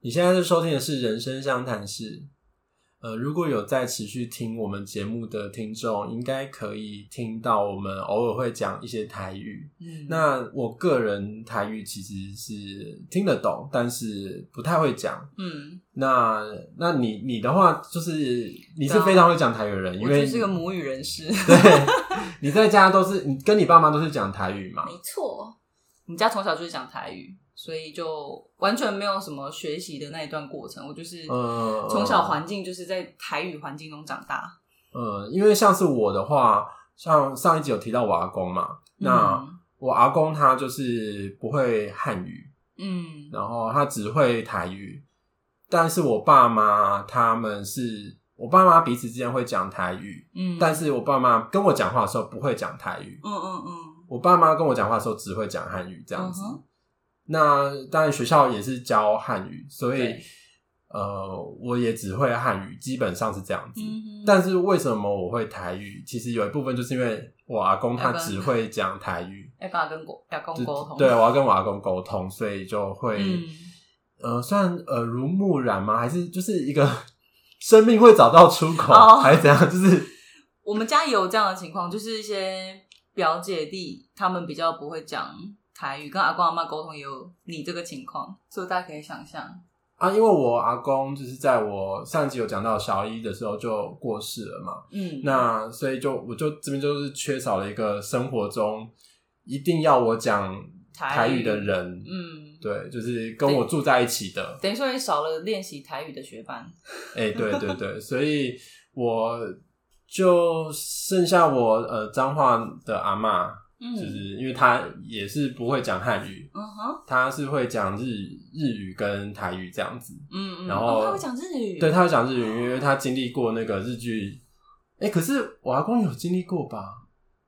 你现在是收听的是《人生相谈室》。呃，如果有在持续听我们节目的听众，应该可以听到我们偶尔会讲一些台语。嗯，那我个人台语其实是听得懂，但是不太会讲。嗯，那那你你的话，就是你是对啊非常会讲台语的人，因我为就是个母语人 士，对，你在家都是你跟你爸妈都是讲台语嘛？没错。我们家从小就是讲台语，所以就完全没有什么学习的那一段过程。我就是嗯从小环境就是在台语环境中长大。呃，因为像是我的话，像上一集有提到我阿公嘛，那我阿公他就是不会汉语，嗯，嗯然后他只会台语，但是我爸妈他们是我爸妈彼此之间会讲台语，嗯，但是我爸妈跟我讲话的时候不会讲台语，嗯嗯嗯，我爸妈跟我讲话的时候只会讲汉语这样子。嗯哼那当然学校也是教汉语，所以对呃，我也只会汉语，基本上是这样子。嗯哼但是为什么我会台语？其实有一部分就是因为我阿公他阿公只会讲台语，要爸跟沟要跟对沟通，对，啊我要跟我阿公沟通，所以就会、嗯呃，算耳濡目染吗？还是就是一个 生命会找到出口，哦还是怎样？就是我们家也有这样的情况，就是一些表姐弟他们比较不会讲台语，跟阿公阿妈沟通也有你这个情况，所以大家可以想象。啊，因为我阿公就是在我上集有讲到小一的时候就过世了嘛，嗯，那所以就我就这边就是缺少了一个生活中一定要我讲台语的人，嗯，对，就是跟我住在一起的，等于说你少了练习台语的学伴。 哎、对对对，所以我就剩下我呃彰化的阿嬷，嗯就是因为她也是不会讲汉语，嗯哼，她是会讲日日语跟台语这样子，嗯嗯，然后哦他会讲日语，对，她会讲日语，因为她经历过那个日剧，哎、可是我阿公有经历过吧？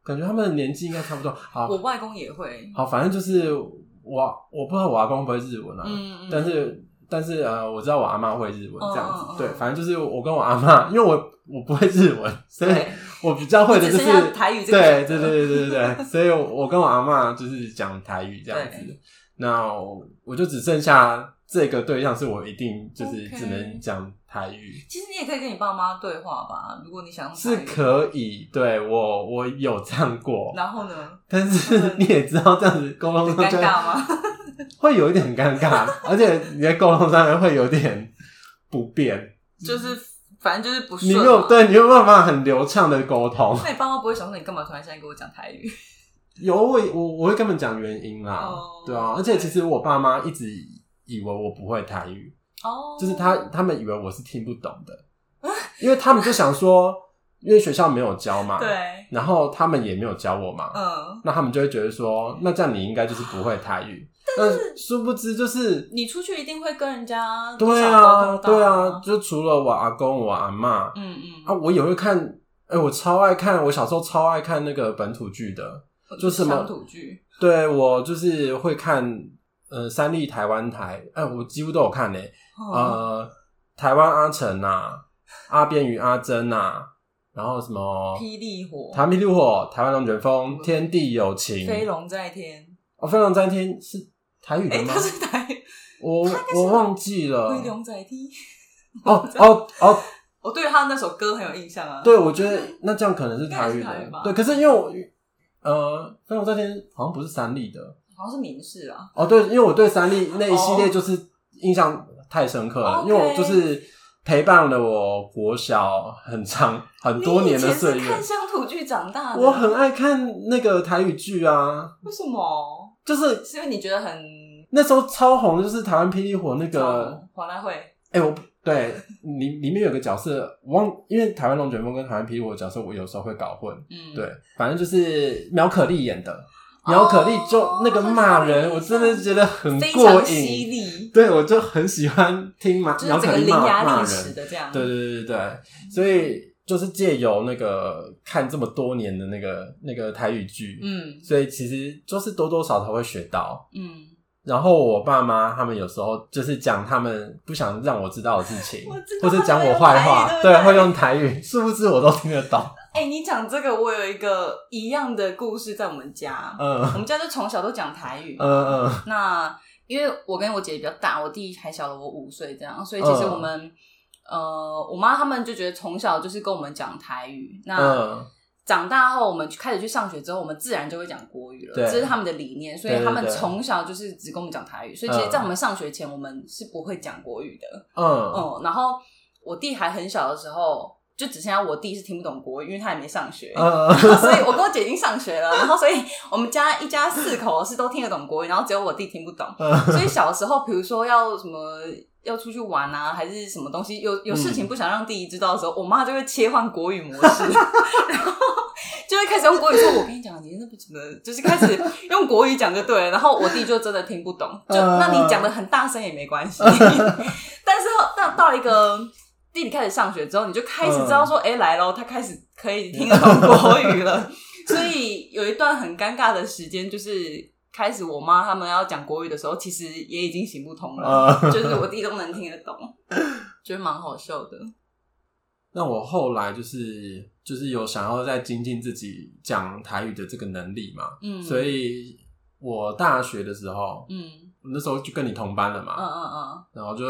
感觉他们的年纪应该差不多，好我，外公也会。好，反正就是我，我不知道我阿公会不会日文啊，嗯嗯，但是但是呃，我知道我阿妈会日文嗯这样子，嗯嗯对，反正就是我跟我阿妈，因为我我不会日文， 所以对我比较会的就只是剩下台语这个对选对择对对对对，所以我跟我阿妈就是讲台语这样子对，那我我就只剩下这个对象是我一定就是 OK 只能讲台语。其实你也可以跟你爸妈对话吧，如果你想用是台语。可以，对我我有这样过，然 后呢？但他是们你也知道这样子沟通嗯上很尴就会尬吗？会有一点尴尬，而且你在沟通上面会有点不便。 就是反正就是不顺啊你嘛。没有对，你没有办法很流畅的沟通。那你爸妈不会想说你干嘛突然现在跟我讲 台语？有我我我会跟他们讲原因啦哦对啊。而且其实我爸妈一直以为我不会台语，哦啊就是他他们以为我是听不懂的，因为他们就想说，因为学校没有教嘛，，对，然后他们也没有教我嘛，嗯，那他们就会觉得说，那这样你应该就是不会台语。但是殊不知就是。你出去一定会跟人家对至少沟啊，通到对啊，，就除了我阿公、我阿妈，嗯嗯啊，我也会看，哎、我超爱看，我小时候超爱看那个本土剧的。啊就什么乡土剧，对我就是会看，呃，三立台湾台，哎、我几乎都有看呢、哦呃，台湾阿成啊，阿边与阿珍啊，然后什么霹雳火嗯《台湾霹雳火》《台湾龙卷风》《天地有情》飞龙在天，哦，飞龙在天是台语的哎，吗？他是台语我他应该是我忘记了。飞龙在天。哦哦 哦，我对他那首歌很有印象啊，对，我觉得那这样可能是台语应该是台语的吧。对，可是因为我呃，飞龙在天好像不是三立的。好像是民视啊，哦，对，因为我对三立那一系列就是印象太深刻了，哦 OK 因为我就是陪伴了我国小很长很多年的岁你以前是月看。乡土剧长大的，啊我很爱看那个台语剧啊，为什么？就是是因为你觉得很那时候超红，就是台湾霹雳火那个，黄大会，哎、我对里里面有个角色，我忘，因为台湾龙卷风跟台湾霹雳火的角色，我有时候会搞混。嗯，对，反正就是苗可丽演的，苗可丽就那个骂人，哦我真的觉得很非过常瘾犀。利，对，我就很喜欢听马就是苗整可个丽伶骂牙骂俐齿人。的这样，对对对对对，所以就是借由那个看这么多年的那个那个台语剧，嗯所以其实就是多多少少会学到。嗯，然后我爸妈他们有时候就是讲他们不想让我知道的事情 我知，道或是讲他们我用坏台语话，对不对，对会用台语，是不是我都听得懂？哎、你讲这个，我有一个一样的故事在我们家，嗯我们家就从小都讲台语，嗯嗯那因为我跟我姐姐比较大，我弟还小了我五岁，这样，所以其实嗯我们、呃，我妈他们就觉得从小就是跟我们讲台语，那。嗯，长大后，我们开始去上学之后，我们自然就会讲国语了。对这是他们的理念，所以对对他们对从小就是只跟我们讲台语。所以其实，在我们上学前，我们是不会讲国语的。嗯，嗯，然后我弟还很小的时候，就只剩下我弟是听不懂国语，因为他也没上学。嗯， 所以我跟我姐已经上学了，然后所以我们家一家四口是都听得懂国语，然后只有我弟听不懂。嗯 所以小时候，比如说要什么要出去玩啊，还是什么东西，有有事情不想让弟弟知道的时候，我妈就会切换国语模式，然后就会开始用国语说：“我跟你讲，你那个怎么就是开始用国语讲就对了。”然后我弟就真的听不懂，就嗯那你讲的很大声也没关系。但是到到了一个。弟弟开始上学之后，你就开始知道嗯说，哎、来喽，他开始可以听得懂国语 了。所以有一段很尴尬的时间，就是开始我妈他们要讲国语的时候，其实也已经行不通了，嗯就是我弟都能听得懂，觉得蛮好笑的。那我后来就是就是有想要再精进自己讲台语的这个能力嘛，嗯，所以我大学的时候，嗯那时候就跟你同班了嗯嘛，嗯然后就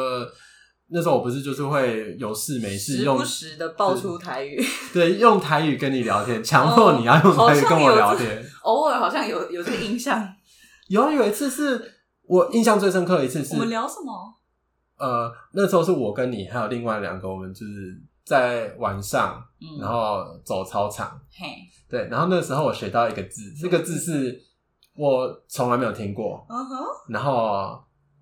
那时候我不是就是会有事没嗯，事时用不时的爆出台语，对用台语跟你聊天，强哦迫你要用台语跟我聊天。偶尔好像有有这个印象。有啊有一次是我印象最深刻的一次是我们聊什么？呃那时候是我跟你还有另外两个，我们就是在晚上嗯，然后走操场。嘿，对，然后那时候我学到一个字，这个字是我从来没有听过。嗯哼，然后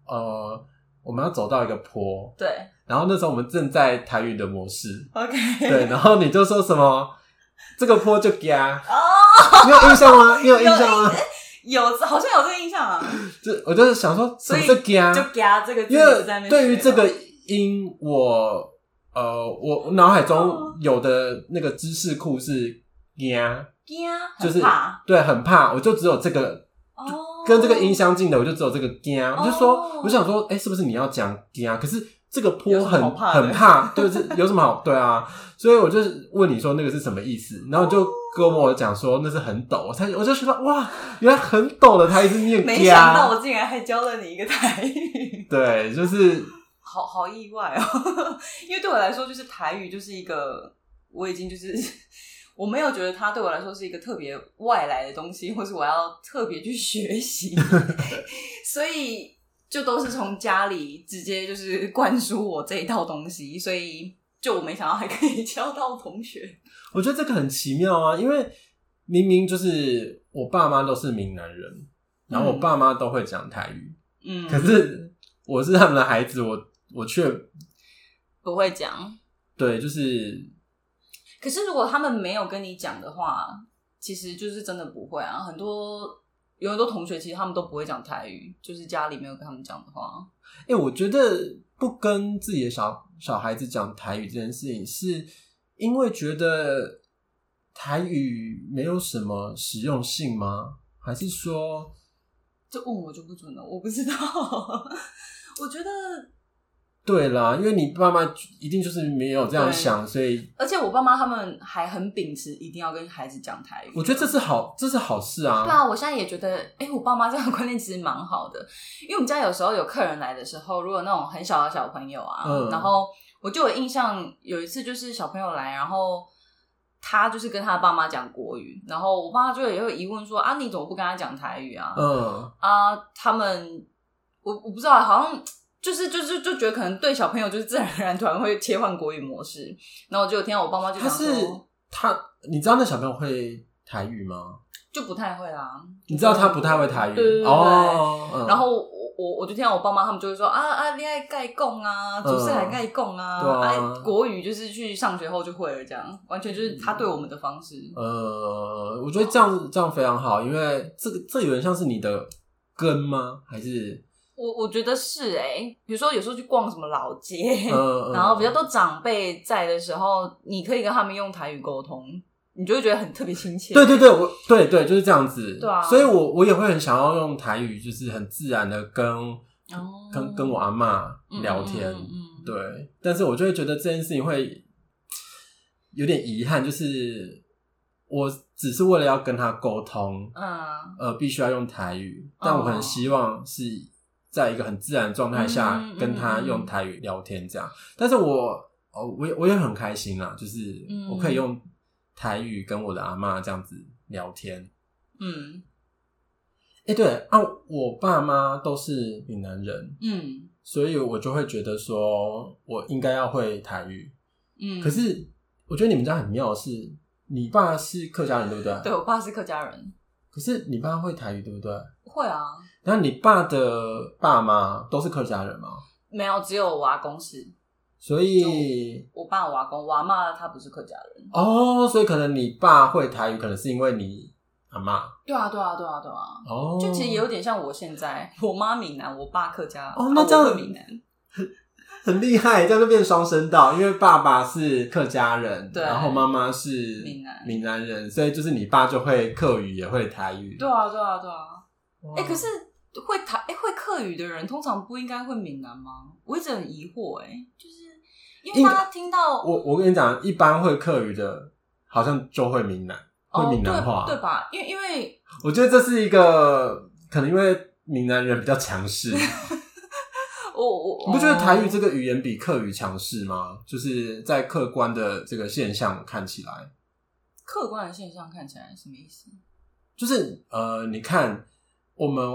呃，我们要走到一个坡，对然后那时候我们正在台语的模式， ，OK，对，然后你就说什么这个坡就嘎，哦，你有印象吗？你有印象 吗？有好像有这个印象啊，就我就是想说什所么以是嘎，就加这个字啊因是在那边学为的，对于这个音我。呃，我脑海哦中有的那个知识库是呀，加就是怕对，很怕，我就只有这个哦，跟这个音相近的，我就只有这个“嘎”，哦我就说，我想说，哎、是不是你要讲“嘎”？可是这个坡有什么很好怕的很怕，就是有什么好？对啊，所以我就是问你说那个是什么意思，然后你就跟我讲说那是很陡，我才我就觉得哇，原来很陡的，他一直念“没想到嘎我竟然还教了你一个台语”，。啊 对，就是好好意外哦， 因为对我来说，就是台语就是一个，我已经就是我没有觉得它对我来说是一个特别外来的东西，或是我要特别去学习， 所以就都是从家里直接就是灌输我这一套东西，所以就我没想到还可以 教到同学。我觉得这个很奇妙啊，因为明明就是我爸妈都是闽南人，然后我嗯爸妈都会讲台语，嗯，可是我是他们的孩子，我我却不会讲。对就是。可是如果他们没有跟你讲的话，其实就是真的不会啊。很多有很多同学其实他们都不会讲台语，就是家里没有跟他们讲的话，哎、我觉得不跟自己的小小孩子讲台语这件事情，是因为觉得台语没有什么实用性吗？还是说，这问我就不准了，我不知道。 我觉得，对啦，因为你爸妈一定就是没有这样想，所以而且我爸妈他们还很秉持一定要跟孩子讲台语，我觉得这是好，这是好事对啊。啊，我现在也觉得，哎、我爸妈这样的观念其实蛮好的，因为我们家有时候有客人来的时候，如果那种很小的小朋友啊，嗯然后我就有印象，有一次就是小朋友来，然后他就是跟他爸妈讲国语，然后我爸妈就也会疑问说啊，你怎么不跟他讲台语啊？嗯，啊，他们我我不知道，好像就是就是就觉得可能对小朋友就是自然而然突然会切换国语模式，然后我就有听到我爸妈就他讲是说，他，你知道那小朋友会台语吗？就不太会啊啦，你知道他不太会台语对对对对哦，嗯然后我我我就听到我爸妈他们就会说啊啊，恋爱盖供啊，主事还盖供啊，嗯对啊国语就是去上学后就会了，这样完全就是他对我们的方式。嗯呃，我觉得这样这样非常好，因为这个这有点像是你的根吗？还是我我觉得是哎、比如说有时候去逛什么老街， 呃，然后比较多长辈在的时候，你可以跟他们用台语沟通，你就会觉得很特别亲切。对对对，我对对就是这样子，对啊所以我我也会很想要用台语，就是很自然的跟、哦跟跟我阿妈聊天，嗯嗯嗯嗯对，但是我就会觉得这件事情会有点遗憾，就是我只是为了要跟他沟通，嗯哦呃，必须要用台语，但我很希望是在一个很自然的状态下嗯嗯嗯跟他用台语聊天这样。但是我哦，我也我也很开心啦，就是嗯我可以用台语跟我的阿妈这样子聊天。嗯哎、对啊，我爸妈都是闽南人，嗯所以我就会觉得说我应该要会台语。嗯。可是我觉得你们家很妙的是，你爸是客家人对不对？对我爸是客家人，可是你爸会台语对不对？会啊，然后你爸的爸妈都是客家人嘛，没有，只有我阿公是，所以我爸、我阿公、我阿妈他不是客家人。哦，所以可能你爸会台语，可能是因为你阿妈对啊，对啊，对啊，对啊。哦，就其实也有点像我现在，我妈闽南，我爸客家，哦那这样啊我会闽南，很厉害，这样就变双声道，因为爸爸是客家人，对然后妈妈是闽南闽南人，所以就是你爸就会客语，也会台语。对啊，对啊，对啊。哇，哎、可是会台哎、会客语的人，通常不应该会闽南吗？我一直很疑惑、哎，就是因为应该大家听到我我跟你讲，一般会客语的，好像就会闽南，会闽南话、哦、对对吧？因为因为我觉得这是一个可能因为闽南人比较强势，你我我不觉得台语哦这个语言比客语强势吗？就是在客观的这个现象看起来，客观的现象看起来什么意思？就是呃，你看我们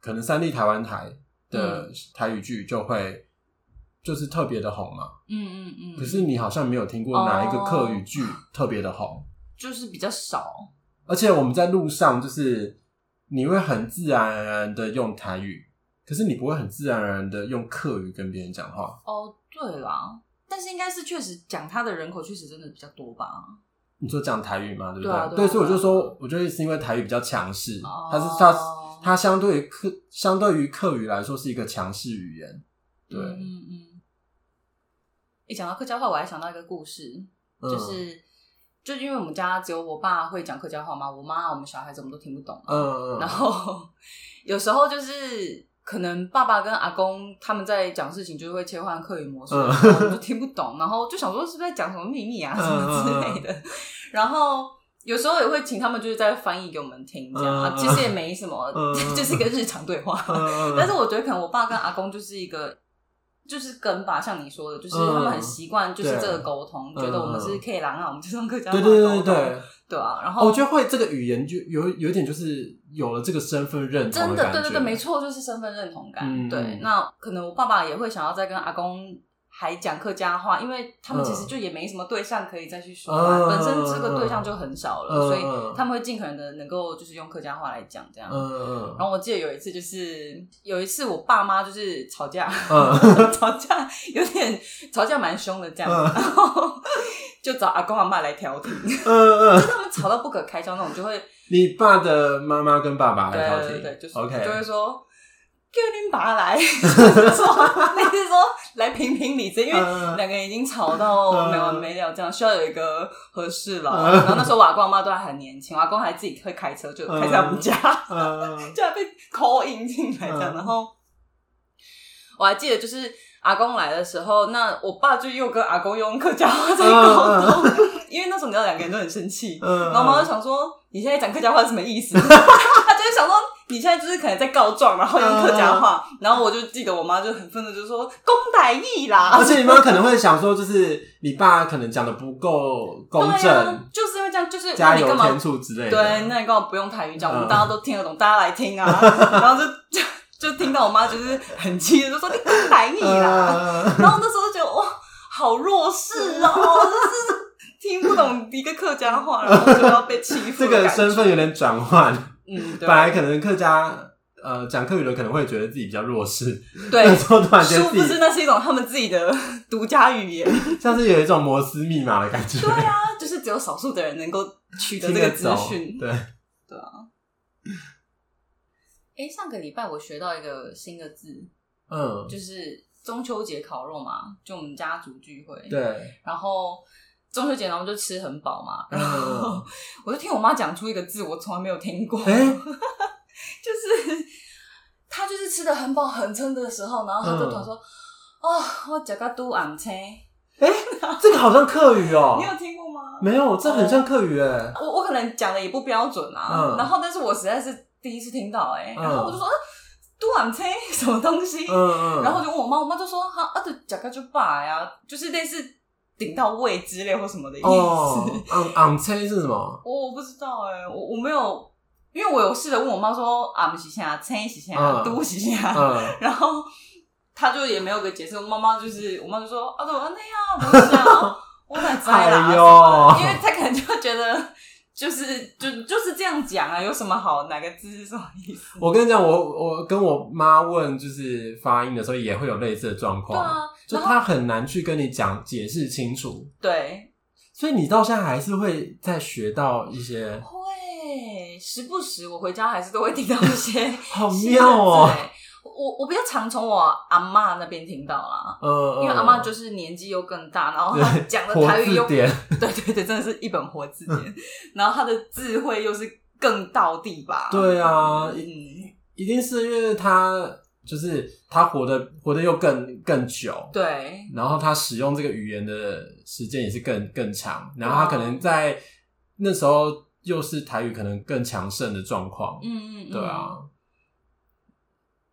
可能三立台湾台嗯的台语剧就会就是特别的红嘛，嗯嗯哦嗯，可是你好像没有听过哪一个客语剧特别的红。就是比较少，而且我们在路上就是你会很自然而然的用台语，可是你不会很自然而然的用客语跟别人讲话。哦，对啦，但是应该是确实讲他的人口确实真的比较多吧？你说讲台语嘛，对不对啊对啊对，所以我就说，我觉得是因为台语比较强势哦，它是它它相对于客相对于客语来说是一个强势语言。对，嗯嗯嗯。一讲到客家话，我还想到一个故事，嗯就是就是因为我们家只有我爸会讲客家话嘛，我妈我们小孩子我们都听不懂嘛，嗯嗯嗯，然后有时候就是可能爸爸跟阿公他们在讲事情，就会切换课语模式，嗯然后我们就听不懂，然后就想说是不是在讲什么秘密啊嗯什么之类的，然后。有时候也会请他们就是在翻译给我们听，这样、啊嗯其实也没什么，嗯 就是一个日常对话。 嗯但是我觉得可能我爸跟阿公就是一个就是根吧，像你说的，就是嗯他们很习惯就是这个沟通，对觉得我们是 K 狼啊，我们就是用客家话嗯对沟对通，对对对，对啊。然哦后我觉得会这个语言就有有一点就是有了这个身份认同真的的，感觉对对对，没错，就是身份认同感。嗯对，那可能我爸爸也会想要再跟阿公还讲客家话，因为他们其实就也没什么对象可以再去说嘛，嗯本身这个对象就很少了，嗯所以他们会尽可能的能够就是用客家话来讲这样。嗯嗯然后我记得有一次，就是有一次我爸妈就是吵架，嗯 吵架有点吵架蛮凶的这样，嗯然后就找阿公阿妈来调停， 就嗯嗯，他们吵到不可开交那种，就会你爸的妈妈跟爸爸来对调对停，对，就是 OK，就会说。叫你爸来， 就是说，类似说来评评理这，因为嗯两个人已经吵到嗯没完没了，这样需要有一个合适了。嗯然后那时候我阿公阿妈都还很年轻，我阿公还自己会开车，就开车回家。嗯嗯 就还被 call in 进来这嗯样，然后我还记得就是阿公来的时候，那我爸就又跟阿公用客家话在沟通，因为那时候你知道两个人都很生气，嗯然后我妈就想说你现在讲客家话是什么意思？ 她就会想说你现在就是可能在告状，然后用客家嗯话，然后我就记得我妈就很愤怒，就说公歹义啦 而，且你妈可能会想说，就是你爸可能讲的不够公对啊正，，就是因为这样，就是那加你油干嘛添醋之类的。对，那你根本不用台语讲，我嗯们大家都听得懂，大家来听啊。然后就就就听到我妈就是很气的，就说你不台语啦。 呃然后那时候就觉得哇，好弱势哦，就是听不懂一个客家话，然后就要被欺负这的感个觉。身份有点转换，嗯，对本来可能客家呃讲客语的可能会觉得自己比较弱势，那对时，候突然殊间不自知己那是一种他们自己的独家语言。像是有一种摩斯密码的感觉，对啊，就是只有少数的人能够取得听这个得资懂。讯。对，哎，上个礼拜我学到一个新的字，嗯，就是中秋节烤肉嘛，就我们家族聚会。对对，然后中秋节，然后我们就吃很饱嘛，嗯然后 我就听我妈讲出一个字，我从来没有听过，哎 就是她就是吃的很饱很撑的时候，然后她就突然说：“嗯哦，我脚个都昂车。”这个好像客语哦 你，有哦听过吗？没有，这很像客语哎，我我可能讲的也不标准啊，嗯然后但是我实在是第一次听到哎、嗯然后我就说。啊杜晚餐什么东西？嗯嗯，然后我就问我妈，我妈就说哈啊，就假个就罢呀，啊就是类似顶到胃之类或什么的意思。哦，昂昂吹是什么？ 我我不知道哎、我我没有，因为我有试着问我妈说啊，不是现在，餐是现在，嗯都是现在，嗯，然后她就也没有个解释。我妈妈就是我妈就说啊，怎么那样？ 不是啊，我哪知啦？哎什么的呦因为她可能就觉得。就是就就是这样讲啊，有什么好？哪个字是什么意思？我跟你讲，我我跟我妈问就是发音的时候，也会有类似的状对况，啊，就她很难去跟你讲解释清楚，对，所以你到现在还是会再学到一些，会，时不时我回家还是都会听到一些好新的字妙哦、欸。我我比较常从我阿嬷那边听到啦，嗯嗯，因为阿嬷就是年纪又更大，然后她对讲的呃活台语又字典， 对对对，真的是一本活字典，然后她的智慧又是更到地吧？对啊嗯，一定是因为他就是他活的活得又更更久，对然后他使用这个语言的时间也是更更长，然后他可能在那时候又是台语可能更强盛的状况，嗯嗯，嗯对啊。，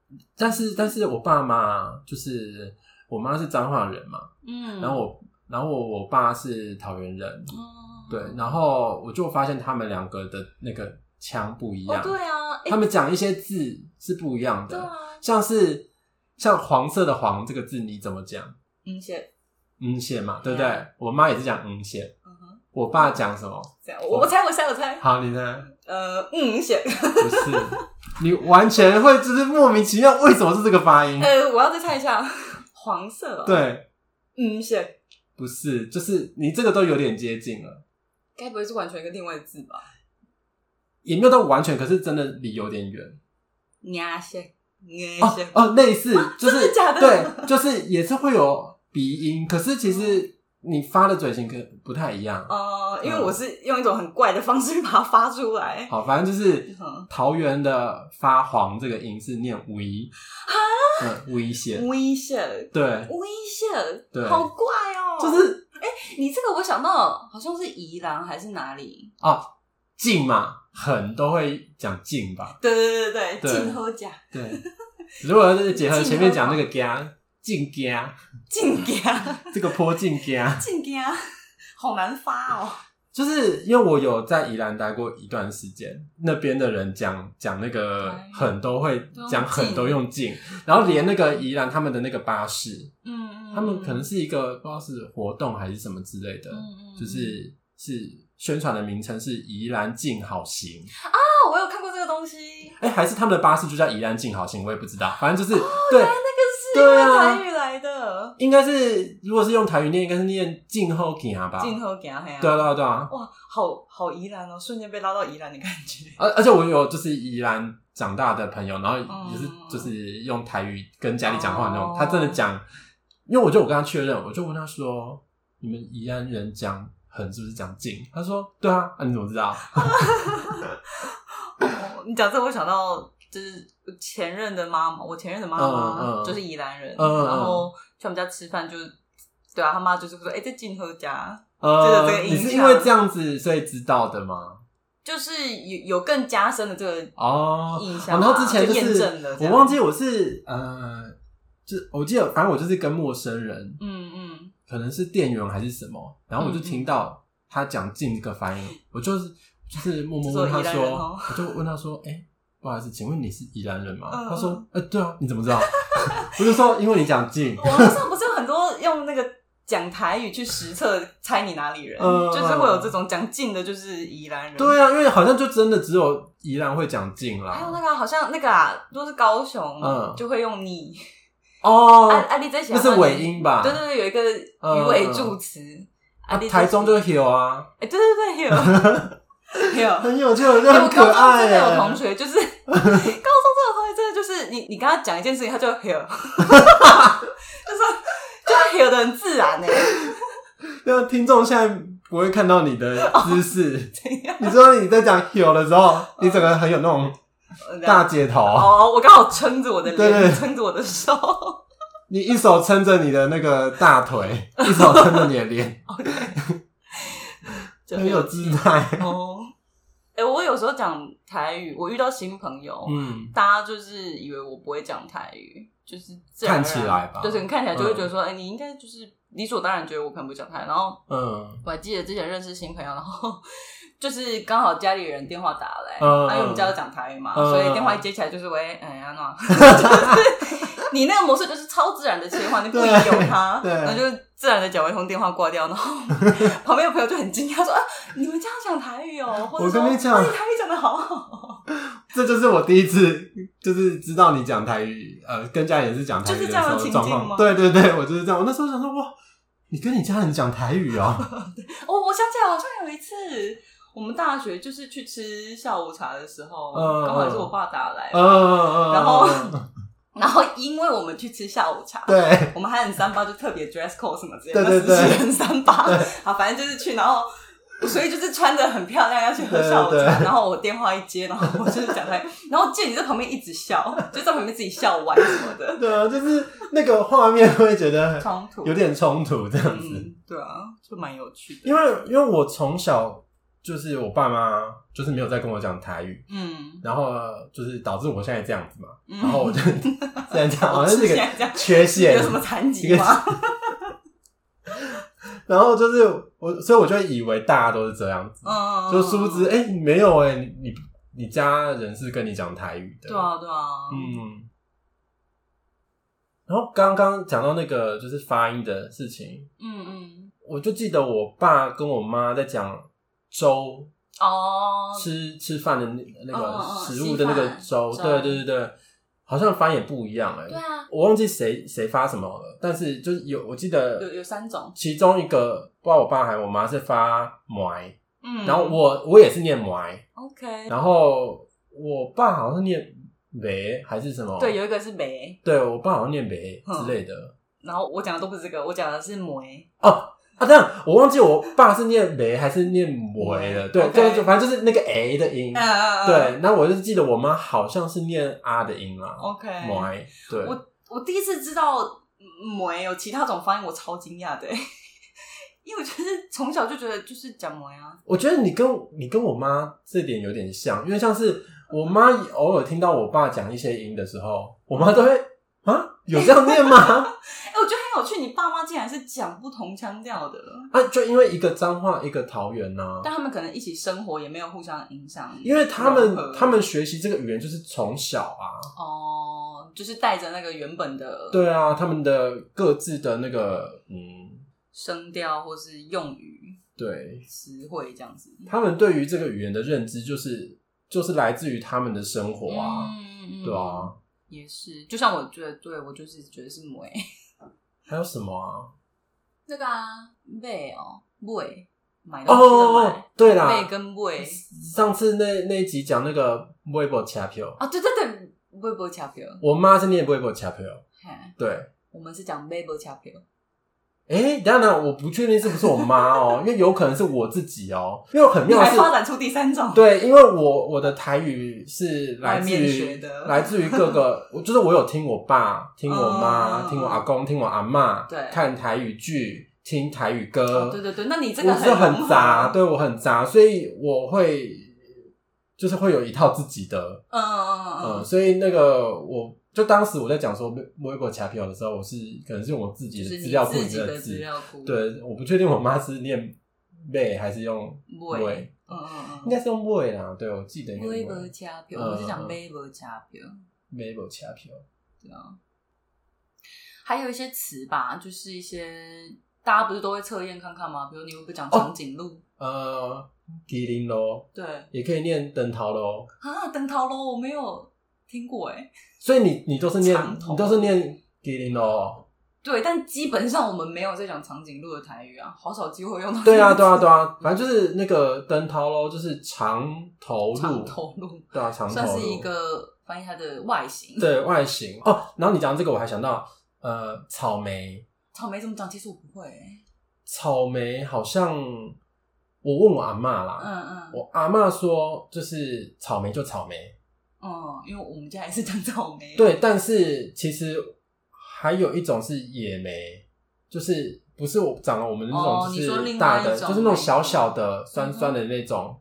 嗯但是但是我爸妈就是我妈是彰化人嘛，嗯，然后我然后我我爸是桃园人，哦对，然后我就发现他们两个的那个腔不一哦样，对啊，哎他们讲一些字是不一样对的，啊，像是像黄色的黄这个字你怎么讲？嗯写，嗯写嘛，对不对对？啊我妈也是讲嗯写，嗯哼，我爸讲什么？这样哦我我猜我猜我猜，好，你呢？呃嗯写，不是，你完全会就是莫名其妙，为什么是这个发音？呃我要再猜一下，黄色哦，嗯对，嗯写。不是，就是你这个都有点接近了，该不会是完全一个另外的字吧？也没有到完全，可是真的离有点远。鸭血，鸭哦血，哦，类似，就是、啊真的假的对，就是也是会有鼻音，可是其实你发的嘴型可不太一样。哦，因为嗯我是用一种很怪的方式 把它发出来。好，反正就是嗯桃园的发黄这个音是念“微”，啊嗯，危险，危险，对，危险，对好怪哦！就是你这个，我想到好像是宜兰还是哪里？哦，近嘛，很都会讲近吧，对对对对，对进喝甲，对。 如果是结合前面讲那个“家”，近家，进甲，这个坡近家，进甲，好难发哦。就是因为我有在宜兰待过一段时间，那边的人讲讲那个哎很都会都用讲很近都用近，然后连那个宜兰他们的那个巴士，嗯，嗯他们可能是一个不知道是活动还是什么之类的，嗯嗯就是是宣传的名称是宜兰静好行，啊，我有看过这个东西，哎、还是他们的巴士就叫宜兰静好行，我也不知道，反正就是、哎对，那对啊个是因为台语来的，应该是如果是用台语念，应该是念静后行吧？进喝甲，嘿啊对啊对啊对啊，哇，好好宜兰哦，瞬间被拉到宜兰的感觉。 而而且我有就是宜兰长大的朋友，然后也是嗯就是用台语跟家里讲话那种，哦他真的讲，因为我就我跟他确认，我就问他说，你们宜兰人讲很是不是讲静？他说对啊，啊你怎么知道？哦你讲这个，我想到就是前任的妈妈，我前任的妈嗯妈嗯就是宜兰人，嗯嗯然后去我们家吃饭就，对啊，他妈就是说，哎、在静和家，呃，这个你印象是因为这样子所以知道的吗？就是有有更加深的这个哦，印象然吧、后之前就就是验证了，我忘，记我是呃，就我记得，反正我就是跟陌生人，嗯嗯，可能是店员还是什么，然后我就听到他讲进这个发音，我就是就是默默问他这嗯是说我宜兰人哦，我就问他说，哎、不好意思，请问你是宜兰人吗？嗯他说，呃、对啊，你怎么知道？ 我就说，因为你讲进，网络上不是有很多用那个。讲台语去实测猜你哪里人，嗯就是会有这种讲近的，就是宜兰人。对啊，因为好像就真的只有宜兰会讲进还啦。有那个好像那个啊，如果是高雄，嗯就会用你。哦，安安利在写，那是尾音吧？呃对对对，有一个鱼尾助词。啊安利在台中写就是 hill 啊。哎，对对对，有 有。很有趣，我觉得哎很我可高中爱啊欸真耶。的有同学，就是 高中真的有同学，真的就是你，你跟他讲一件事情， 他就 here，就是就 here 的很自然欸呢。那啊听众现在不会看到你的姿势，怎样？你说你在讲有的时候，你整个很有那种 嗯大姐头， 哦，我刚好撑着我的对对脸，对撑着我的手。你一手撑着你的那个大 腿，一手撑着你的脸，就很有姿气态。哦。哎、我有时时候讲台语，我遇到新朋友，嗯，大家就是以为我不会讲台语，就是自然而看然起来吧，嗯就是你看起来就会觉得说，哎、你应该就是理所当然觉得我可能不讲台语。然后嗯我还记得之前认识新朋友，然后 就是刚好家里人电话打来，啊嗯因为我们家有讲台语嘛，嗯所以电话一接起来就是喂，哎呀 那，就是你那个模式就是超自然的切换，你不疑有他，对对然后就自然的讲完一通电话挂掉，然后 旁边有朋友就很惊讶说，啊，你们家讲台语哦，或者说我跟你讲哇台语讲的好 好，这就是我第一次就是知道你讲台语，呃，跟家人是讲台语就的是时这样的候情状境况。吗对对对，我就是这样。我那时候想说，哇，你跟你家人讲台语 哦，哦，我想起来好像有一次。我们大学就是去吃下午茶的时候，嗯刚好也是我爸打来，嗯嗯嗯，然后嗯然后因为我们去吃下午茶，对，我们还很三八，就特别 dress code 什么之类对的，对对那时期很三八对啊，反正就是去，然后所以就是穿的很漂亮要去喝下午茶，对对对然后我电话一接，然后我就是讲台，然后见你在旁边一直笑，就在旁边自己笑歪什么的，对啊，就是那个画面会觉得冲突有点冲突这样子。嗯，对啊，就蛮有趣的，因为因为我从小就是我爸妈就是没有在跟我讲台语，嗯，然后呃就是导致我现在这样子嘛，嗯然 后我就这样讲， 好像是一我之前这个样缺陷有，什么残疾 吗？然后就是我，所以我就以为大家都是这样子，嗯，就殊不知，哎、没有哎、你你你家人是跟你讲台语的，对，啊，对啊，嗯。然后刚刚讲到那个就是发音的事情，嗯嗯，我就记得我爸跟我妈在讲粥哦，吃吃饭的那那嗯嗯个嗯食物的那个粥，稀饭对粥对对对，好像发音也不一样哎、对啊，我忘记谁谁发什么了，但是就是有我记得有有三种其中一个不知道我爸还是我妈是发埋，嗯，然后我我也是念埋， OK，然后我爸好像念梅还是什么，对，有一嗯个是梅，对我爸好像念梅之类的然后我讲的都不是这个，我讲的是梅。哦。啊，这样我忘记我爸是念梅还是念梅了，对，嗯 OK 对，就反正就是那个 a 的音，嗯对，那我就记得我妈好像是念啊的音啦，哦，OK。埋，对，我我第一次知道梅有其他种发音，我超惊讶的， 因为我就是从小就觉得就是讲梅啊，我觉得你跟你跟我妈这点有点像，因为像是我妈偶尔听到我爸讲一些音的时候，我妈都会啊，有这样念吗？ 哎、我觉得很有趣，你爸妈竟然是讲不同腔调的，啊，就因为一个脏话，一个桃园呐、但他们可能一起生活也没有互相影响，因为他们融合他们学习这个语言就是从小啊，哦，就是带着那个原本的对啊，他们的各自的那个嗯，声调或是用语对词汇这样子，他们对于这个语言的认知就是就是来自于他们的生活啊，嗯，嗯对，啊，也是，就像我觉得，对我就是觉得是梅。还有什么啊？那个啊，贝哦，贝买哦东西哦，哦对嗯的啦买，，贝跟贝上次那那一集讲那个 Weibo 卡票，啊，对对对，贝波卡票，我妈是念 Weibo 卡票，嘿对，我们是讲贝波卡票，诶，等一下等一下，我不确定是不是我妈哦，因为有可能是我自己哦，因为很你妙的还是，发展出第三种，对，因为我我的台语是来自外面学于的来自于各个，我就是我有听我爸、听我妈、嗯听我阿公、听我阿嬷，对看台语剧、听台语哦歌，对对对，那你这个我是很啊很杂，，对我很杂，所以我会就是会有一套自己的嗯嗯嗯嗯，嗯，所以那个我就当时我在讲说微博卡票的时候，我是可能是用我自己就的是资你料库自里己面的字资，料库，对，我不确定我妈是念妹还是用贝，妹，嗯嗯应嗯该是用妹啦。对，嗯我记得应该贝是波卡票，我们是讲贝波卡票，微博卡票。对啊，还有一些词吧，就是一些。大家不是都会测验看看吗？比如你会不会讲长颈鹿？呃，麒麟咯，对也可以念灯桃咯。啊，灯塔楼我没有听过哎、所以你你都是念长头你都是念哦麒麟 咯。对，但基本上我们没有在讲长颈鹿的台语啊，好少机会用到。对啊，对啊，对啊，反正就是那个灯桃咯，就是长头长鹿，头鹿对啊，长头鹿算是一个翻译它的外形。，对外形哦。然后你讲这个，我还想到呃，草莓，草莓怎么讲？其实我不会、欸。草莓好像我问我阿嬷啦，嗯嗯我阿嬷说就是草莓就草莓，嗯，因为我们家也是讲草莓。，对，但是其实还有一种是野莓，就是。不是我长了我们那哦种，就你说另是外大的，一种嗯就是那种莓小小的、酸嗯哼酸的那种。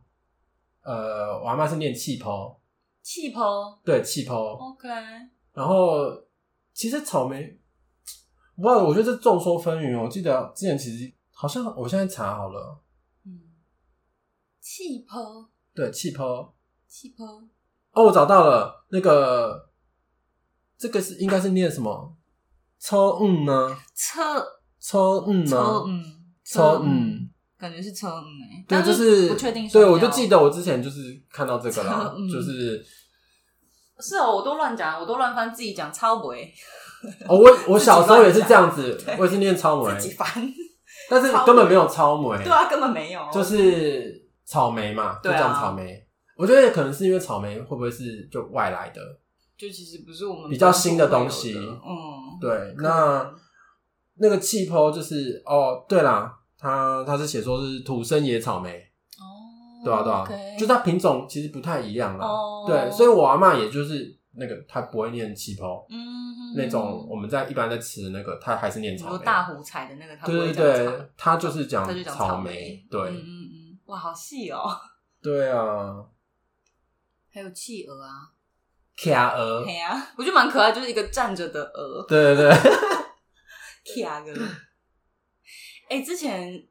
呃，我阿妈是念气泡，气泡对气泡， ，OK，然后其实草莓，不知道，我觉得这众说纷纭哦。我记得之前其实好像我现在查好了，嗯，气泡，对气泡，气泡，哦，我找到了那个，这个是应该是念什么？抽嗯呢？车抽嗯车呢？嗯，抽嗯，感觉是车嗯哎，对，但就是不确定说对，要，我就记得我之前就是看到这个啦抽，嗯 就是是哦，我都乱讲，我都乱翻自己讲超维，哦，我我小时候也是这样子，我也是念超莓，自己翻，但是根本没有超莓，对啊，根本没有，就是草莓嘛，就对啊讲草莓。我觉得可能是因为草莓会不会是就外来的？就其实不是我们比较新的东西本土会有的嗯，对，可能那那个气泡就是哦，对啦，它它是写说是土生野草莓，哦，对啊对啊 OK 就它品种其实不太一样啦。哦对，所以我阿嬷也就是那个她不会念气泡、嗯那种，我们在一般在吃的那个，她还是念你草说莓。啊大湖采的那个，他不对对会讲对草，她就是讲他就讲草莓，对、嗯嗯嗯，哇，好细哦，对啊，还有企鹅 啊，卡鹅，对啊，我觉得蛮可爱，就是一个站着的鹅，对对对， 企 鹅。哎，之前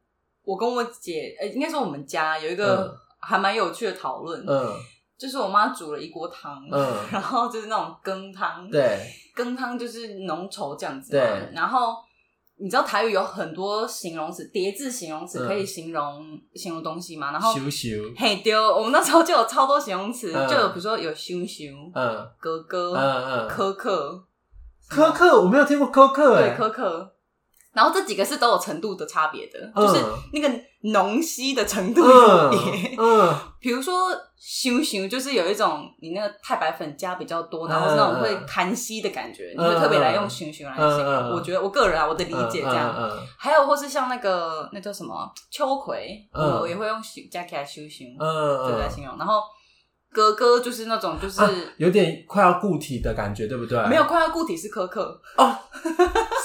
我跟我姐，呃，应该说我们家有一嗯个还蛮有趣的讨论，嗯就是我妈煮了一锅汤，嗯然后就是那种羹汤，对。羹汤就是浓稠这样子嘛。对然后你知道台语有很多形容词，叠字形容词可以形容、形容东西嘛。然后嗯羞羞，嘿丢，我们那时候就有超多形容词，嗯就有比如说有羞羞、嗯哥嗯哥、嗯，苛刻、苛刻，我没有听过苛刻，对哎，苛刻。然后这几个是都有程度的差别的，嗯就是那个浓稀的程度有别。嗯嗯比如说修行，就是有一种你那个太白粉加比较嗯多，然后是那种会弹吸的感觉，嗯你会特别来用修行来形容。嗯嗯嗯我觉得我个人啊，我 的理嗯，解这样。嗯还有或是像那个那叫什么秋葵，嗯我也会用修加起来修行，嗯对来嗯，形容。然后格格就是那种就是、有点快要固体的感觉，对不对？没有快要固体是苛刻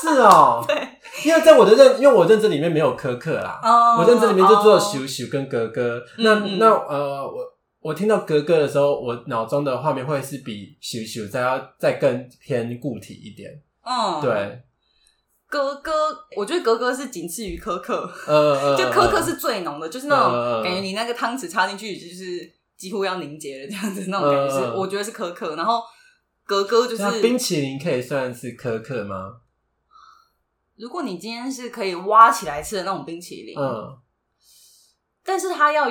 是哦， 对，因为在我的认，因为我认知里面没有苛刻啦，哦我认知里面就只有哦羞羞跟格格。嗯那嗯那呃，我我听到格格的时候，我脑中的画面会是比羞羞再要再更偏固体一点，嗯，对，格格，我觉得格格是仅次于苛刻。呃，哦就苛刻是最浓的，就是那嗯嗯嗯种感觉你那个汤匙插进去就是几乎要凝结了这样子，那种感嗯嗯觉是嗯我觉得是苛刻。然后格格就那是，冰淇淋可以算是苛刻吗？如果你今天是可以挖起来吃的那种冰淇淋，嗯，但是它要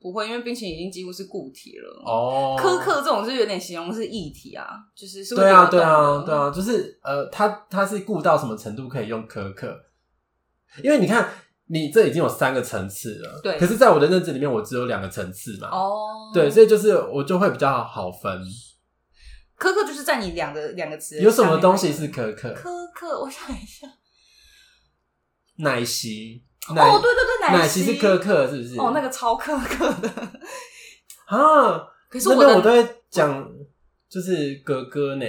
不会，因为冰淇淋已经几乎是固体了。哦，苛刻这种是有点形容是液体啊，就是是会对啊，流动对啊，的对，啊，就是呃，他他是顾到什么程度可以用苛刻？因为你看，你这已经有三个层次了，对可是，在我的认知里面，我只有两个层次嘛。哦，对，所以就是我就会比较好分，苛刻就是在你两个两个词有什么东西下是面苛刻？苛刻？我想一下，奶昔，奶哦，对对对，奶昔昔是苛刻，是不是？哦，那个超苛刻 的。啊，可是那我边我的都会讲，就是哥哥呢，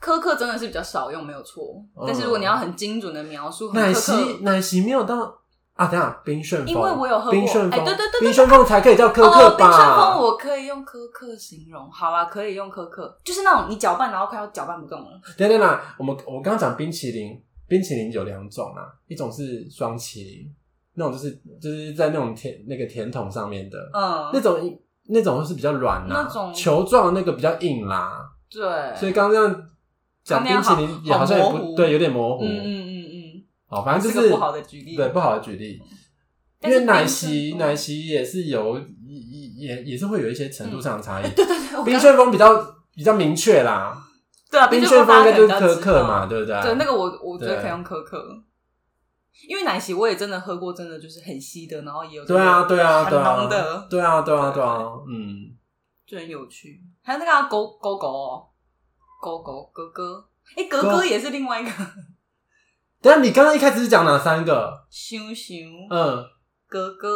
苛刻真的是比较少用，没有错。嗯但是如果你要很精准的描述，很奶苛刻昔奶昔没有到啊，等一下冰旋风，因为我有喝过冰旋风，哎对对对对冰旋风才可以叫苛刻哦，冰吧？旋风我可以用苛刻形容，好啦，可以用苛刻，就是那种你搅拌然后快要搅拌不动了。等等啦，我们我刚刚讲冰淇淋，冰淇淋有两种啦，一种是双淇淋，那种就是就是在那种甜那个甜筒上面的、那嗯，种，那种是比较软啦，那种球状的那个比较硬啦，对，所以刚刚这样讲刚冰刚淇好淋也好像也好模不糊对，有点模糊。嗯嗯嗯好，反嗯，正是哦就个不好的举例。嗯对不好的举例，因但是为奶冰昔旋风奶昔也是有也也也是会有一些程度上的差异，对对对，嗯我冰刚旋风比较比较明确啦，对啊，冰旋旋风应大该家就是苛可能比较知道刻嘛，。对不对？对，那个我我觉得对可以用苛刻，因为奶昔我也真的喝过，真的就是很稀的，然后也有对啊，对啊，很对啊，浓的对啊，对啊，对啊，嗯，就很有趣。还有那个啊狗狗狗哦，狗狗哥哥，哎、格狗格也是另外一个等一下你刚刚一开始是讲哪三个？熊熊嗯，格格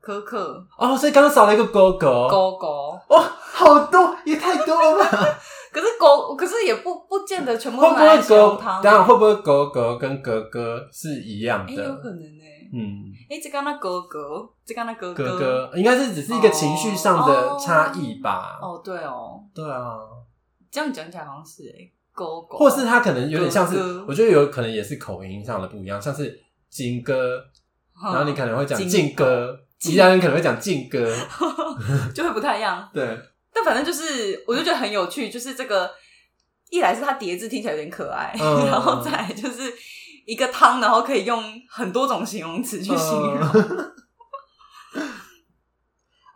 可可哦，所以刚刚少了一个狗狗，狗狗，哦，好多，也太多了 吧？可是狗可是也不不见得全部会都不拿来会形容狗？它，等一下会不会狗狗跟哥哥是一样哎、有的？可能呢、嗯，哎，这个那哥哥，这个那哥哥哥应该是只是一个情绪上的差异吧？哦，对哦，对啊，这样讲起来好像是哎，哥哥，或是他可能有点像是哥哥，我觉得有可能也是口音上的不一样，像是金哥，嗯然后你可能会讲金靖哥，其他人可能会讲靖哥，嗯就会不太一样。对， 但反正就是，我就觉得很有趣，就是这个一来是它叠字听起来有点可爱，嗯 然后再来就是一个汤，然后可以用很多种形容词去形容。嗯呃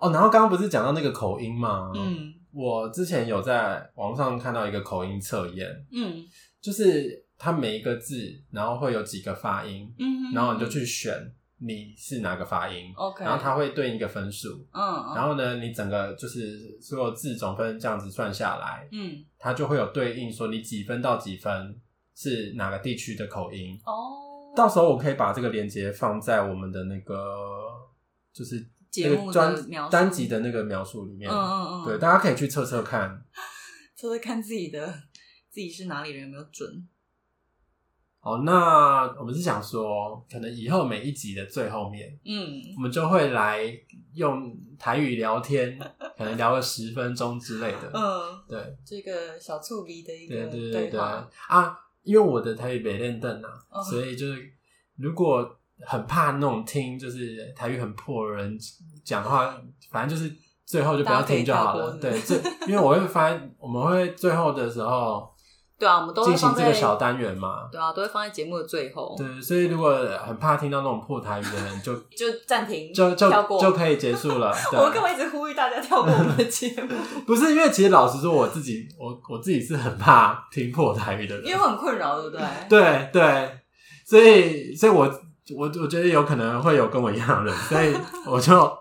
哦，然后刚刚不是讲到那个口音吗？，嗯我之前有在网上看到一个口音测验，嗯就是它每一个字，然后会有几个发音，嗯，然后你就去选你是哪个发音， OK，然后它会对应一个分数，嗯然后呢，你整个就是所有字总分这样子算下来，嗯它就会有对应说你几分到几分是哪个地区的口音。哦，到时候我可以把这个链接放在我们的那个就是节那目个的描专述单集的那个描述里面，嗯嗯嗯，对，，大家可以去测测看。测测看自己的自己是哪里人有没有准。好，那我们是想说，可能以后每一集的最后面，嗯我们就会来用台语聊天，可能聊个十分钟之类的。嗯，对这个小醋鼻的一对个对对对话，啊！因为我的台语北练凳啊，哦所以就是如果很怕那种听就是台语很破的人讲话，反正就是最后就不要听就好了。大家可以对，这因为我会发现我们会最后的时候对啊，我们都会进行放这在个小单元嘛。对啊，都会放在节目的最后，对，所以如果很怕听到那种破台语的人， 就就暂停，就就跳过就可以结束了。对啊我们干嘛一直呼吁大家跳过我们的节 目？不是因为其实老实说，我自己我我自己是很怕听破台语的因为人，我很困扰，对不对？对对，所以所以我我我觉得有可能会有跟我一样的人，所 以我就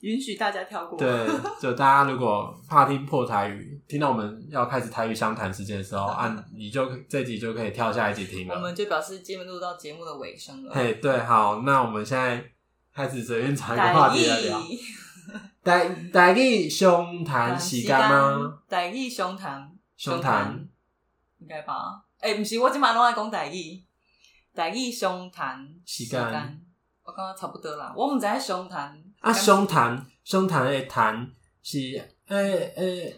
允许大家跳过。对，就大家如果怕听破台语，听到我们要开始台语相谈时间的时候，按你就这集就可以跳下一集听我了。们就表示进入到节目的尾声了。嘿，对，好，那我们现在开始随便找一个话台题来聊。语，台台语相谈时间吗？？台语胸膛，相谈谈，应该吧？诶，不是，我今晚拢爱讲台语，台语胸膛，时间间，我感觉差不多啦。我毋知影胸膛啊，胸谈胸谈的谈是诶诶，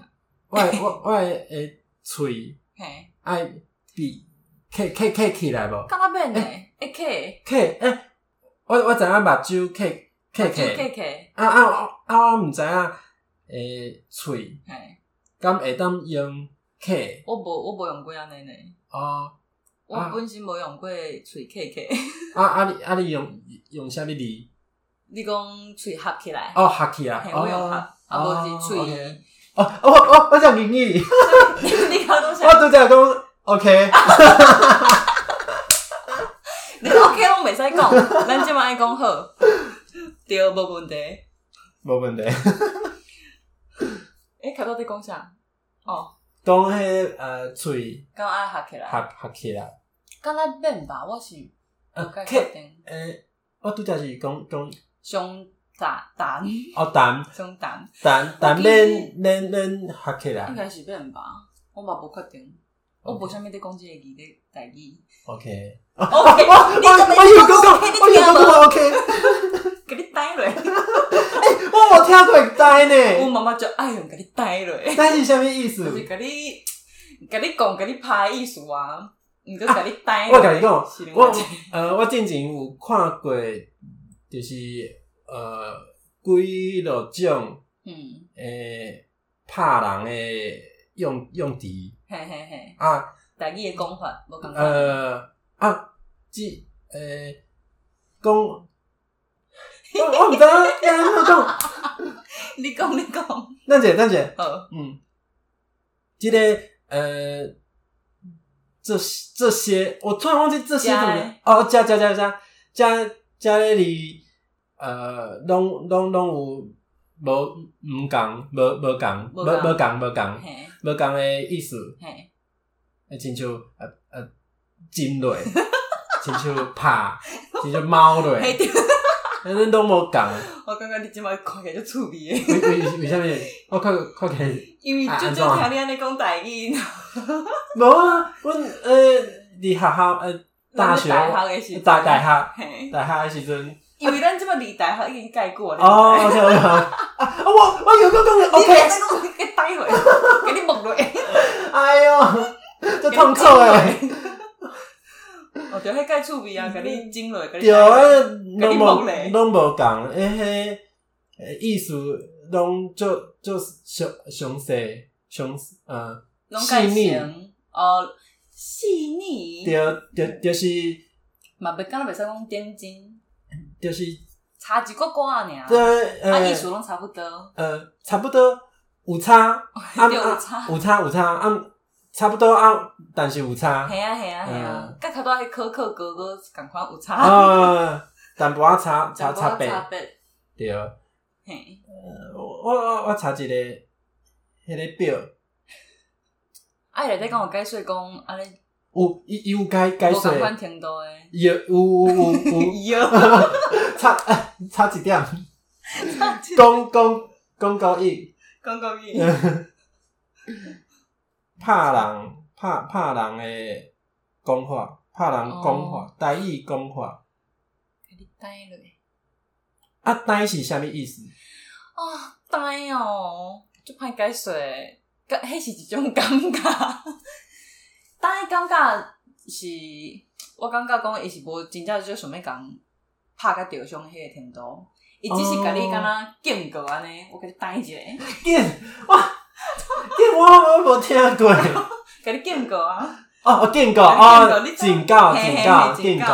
我的我我的诶喙嘿，爱闭客客客起来无？干那变呢？诶，K 客诶，我我知影目睭客客客 K K，啊啊我啊！我毋知影诶喙嘿，敢会当用客我无我无用过安尼呢，哦我啊本身无用过喙 K K。啊啊你啊你用用啥物字？你讲喙合起来，哦，合起来嘿，我用合，哦啊无是哦喙，OK，哦哦我我我讲英语。 你你搞东西，我拄则讲 OK，你 OK 拢袂使讲，咱即摆爱讲好， 对，无问题。无问题。诶、欸，开头在讲啥？哦，讲迄呃喙刚爱合起合来，合起来，刚才变吧，我是呃不太客确定，诶，我拄则是讲讲胸胆胆哦蛋 胸胆蛋蛋我免免免合起应来该是变吧，我嘛无确定。我无啥物在讲即个字的代志。 ，OK。 OK，我我你根本我有就讲过， OK，我有你讲听无过 OK，给你呆落，我有听过呆我呢，妈妈就爱用给你呆落。但是啥物意就是思？甲你甲你讲甲你拍的意思啊，毋过甲你带、我甲你讲是另外我一件呃，我之前有看过，就是呃几落种嗯，诶拍人诶用用字嘿嘿嘿，啊。家己的讲法无共款。呃啊，即诶，讲、我我毋知影要安怎讲。你讲你讲，好，咱姐，咱姐，嗯，即、个呃，这这些，我突然忘记这些怎加么诶哦，加加加加加加咧里，呃，拢拢拢有无毋共，无无共，无无无同共，无共，嘿无共诶意思。嘿，啊，亲像呃呃金类，亲像拍，亲像猫嘿类，对，咱恁拢无共。我感觉你即摆看起来就趣味诶，为为为啥物？我看看起来，因为啊就安就怎啊听你安尼讲台语，无啊，阮呃伫学校呃大学代校的时大代哈嘿大下的时阵，因为咱即摆离代校已经改过了。哦，我知道我知道啊，啊我我有个讲的你别 OK，再讲给带回，给你蒙落。哎呦，这痛苦诶，哦，对，迄个趣味啊，给你惊落，给你对，带回啊，给拢你蒙嘞无拢无共，诶嘿，呃意思拢就就详详细详呃，拢改细腻成哦细腻，对对就是嘛袂敢若袂使讲点睛，就是差一个歌尔，这啊呃意思拢差不多，呃差不多有差， 啊对有啊差有差有差啊，差不多啊，但是有差。系啊系啊系啊嗯，甲较多迄可可哥哥共款有差， 啊，淡薄仔差差有差薄仔别， 差别，对。呃嘿，我我我查一个，迄个表啊伊内底讲有解说讲安尼有伊伊有解解无释共，款程度诶，伊有有有有有 哟，差 差一点，讲讲讲高一，讲国 语，嗯拍人拍拍人诶讲法，拍人讲哦法，台语讲法，给你带落。啊，台是啥物意思？啊，呆哦，就歹解水，个迄是一种感觉。呆感觉是，我感觉讲伊是无真正就想要讲拍甲受伤迄个程度，伊只是甲哦你敢若见过安尼，我甲你呆一下，见哇，见我我无听过。甲你见过啊，哦，哦，警告警告哦，你知警告，嘿嘿警告，嘿警警告告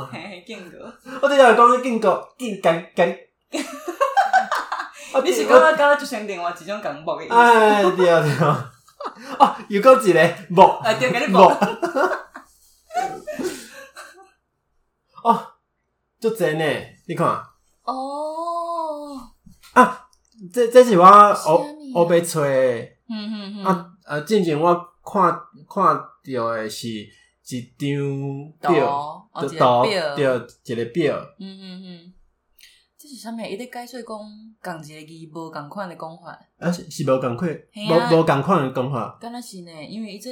啊！嘿嘿见过。我对头讲警告，警警警。我 你是警感觉感觉就像另外一种感觉的意思，哎，对对。 哦，又搁一个木啊对，甲你木讲，。 哦，就真呢，你看哦，啊，这这是我什我么我被吹嗯嗯嗯，啊啊！之前我看看到的是一张对，表，哦，就一个表对，一个表。嗯嗯嗯，这是啥物？伊咧解说讲共一个字无共款的讲法，啊，是是无共款，嘿啊无无共款诶讲法。敢若是呢？因为伊这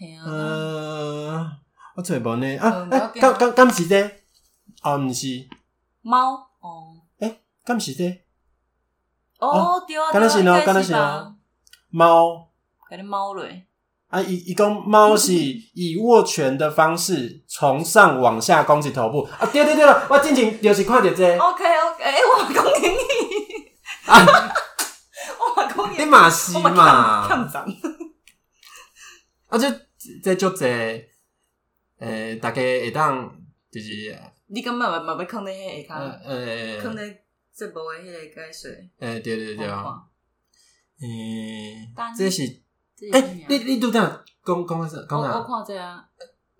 嘿啊，呃，我揣无呢啊嗯，哎不要，敢紧敢敢是这？哦，毋是，猫哦敢是这哦对啊，敢若是对啊哦应该敢若是哦猫把你猫落，啊，伊伊讲猫 是以握拳的方式从上往下攻击头部啊，对对对了，我之前就是看着这 OK OK，诶，我嘛讲英语，啊，我嘛讲你英语，嘛是我嘛，欠欠赞，啊，这这就这，呃，大家会当就是你感觉嘛嘛要坑在迄呃下骹，坑呃在这部的迄个解说，呃，对对对我啊。看诶单，这是这诶、是啥物啊你你拄则讲讲啥？我讲我啥？看这啊，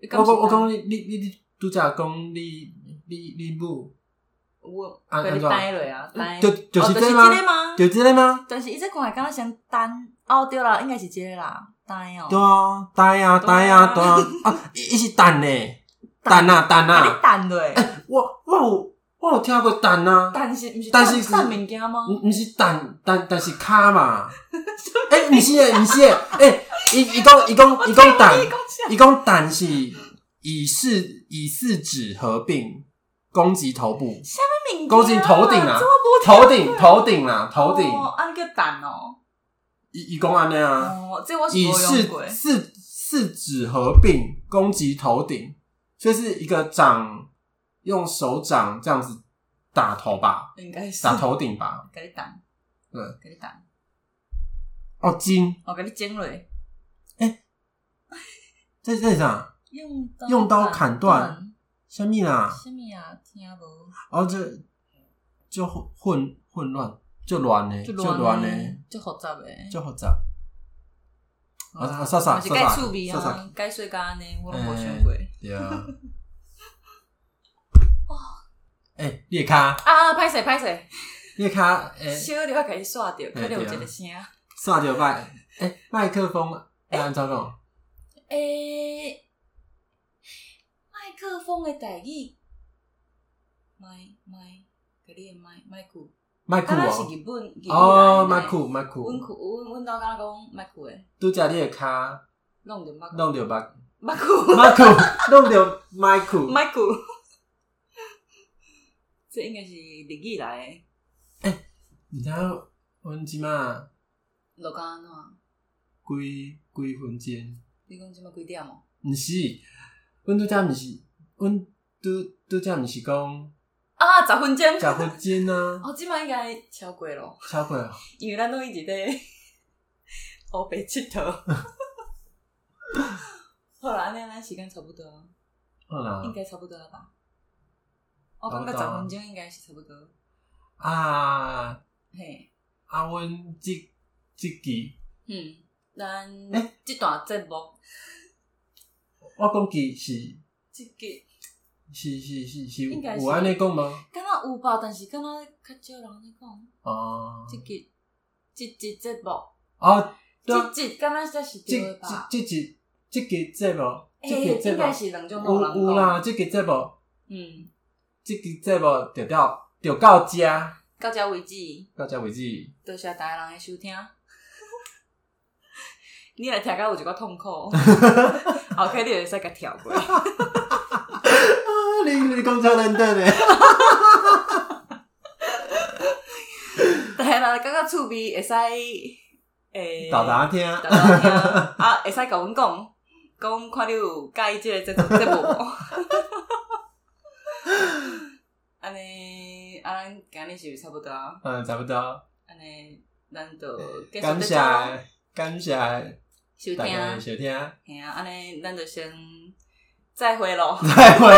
你我敢讲我是啊讲你你你你拄则讲你你你母，我啊把安你怎呆落啊，呆，就哦就就是是这这吗个吗？就即个吗？但是伊这看敢若像单哦，对啦，应该是这个啦，单哦。对啊，蛋啊蛋对啊啊对啊啊！伊伊是蛋呢， 蛋啊蛋啊，你啊！蛋对， 我我有我有听过蛋啊，蛋是毋是但蛋是是蛋物件吗？毋毋是蛋蛋，但是卡 嘛。诶，毋是诶，毋是诶，诶，伊伊讲伊讲伊讲蛋你，讲啥？伊讲蛋是以四以四指合并攻击头部。物件啊勾进头顶啊这我无头 顶，头顶啦，头顶，哦啊，你叫蛋哦。伊伊讲安尼啊，哦，这我是以无四用过。四四指合并攻击头顶，所以是一个掌用手掌这样子打头吧，应该是打头顶吧。给你蛋，对，给你蛋，哦，金，我给你剪落，这这是啥？用刀用刀砍断断。虾米啦？什么啊？听无？哦，这就混混乱，就乱呢，就就乱乱呢，呢，就复杂诶。就复杂。啊啊，煞煞嘛是哦该煞趣味煞煞啊，该水甲安尼，我拢哎无想过。对啊。诶，你的卡，啊，歹势歹势。你的卡，诶，小刘开始刷嗯掉，可能有啊一个声。煞着麦，诶，麦克风，哎要安怎讲？诶、麦克风的代语，麦麦，给你的麦麦库，麦敢克若是哦，日本日本哦，麦来的克，麦克，阮库阮阮兜敢若讲麦库的，拄则你的卡弄着麦弄着麦， 马库 Michael 弄掉 Michael，马库， 这应该是日语来的。你知道阮即马落到安怎？几几分钟？你讲即马几点哦？毋是，阮拄则毋是，阮拄拄则毋是讲啊，十分钟。食分煎啊，哦，即马应该超过咯，超过啊，因为咱拢一直在 黑白佚佗。 好啦，安尼咱时间差不多啊，好啦应该差不多了吧？我感觉十分钟应该是差不多。啊嘿，啊，阮即即期嗯，咱欸即段节目，我讲期是即个是是是是应该是有安尼讲吗？敢若有吧，但是敢若较少人咧讲。哦即个即集节目，哦，对啊，即集敢若才是即对的吧？即即集即期节目，即诶，期节应目该是两种无有人有讲。啦，即期节目嗯，即期节目就到就到遮，到遮为止，到遮为止。多谢大家人的收听。 你来听到有一个痛苦 ，OK，你就会使甲跳过。啊，你你讲超难等诶。大家若感觉趣味，会使 诶，豆豆听，豆豆听啊，会使甲阮讲，讲看你有介意即个节目节目无？ 安尼，啊，咱今日是不是差不多啊。嗯，差不多。安尼，咱就继续感谢在感谢这收大家的听，收听，嘿啊，安尼咱就先再会咯。再会。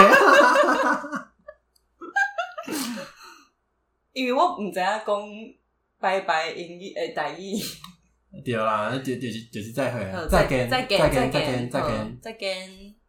因为我毋知影讲拜拜英语诶台 语，对啦，就就是就是再会啊好，再见，再见，再见，再再见，见，再好见。再见。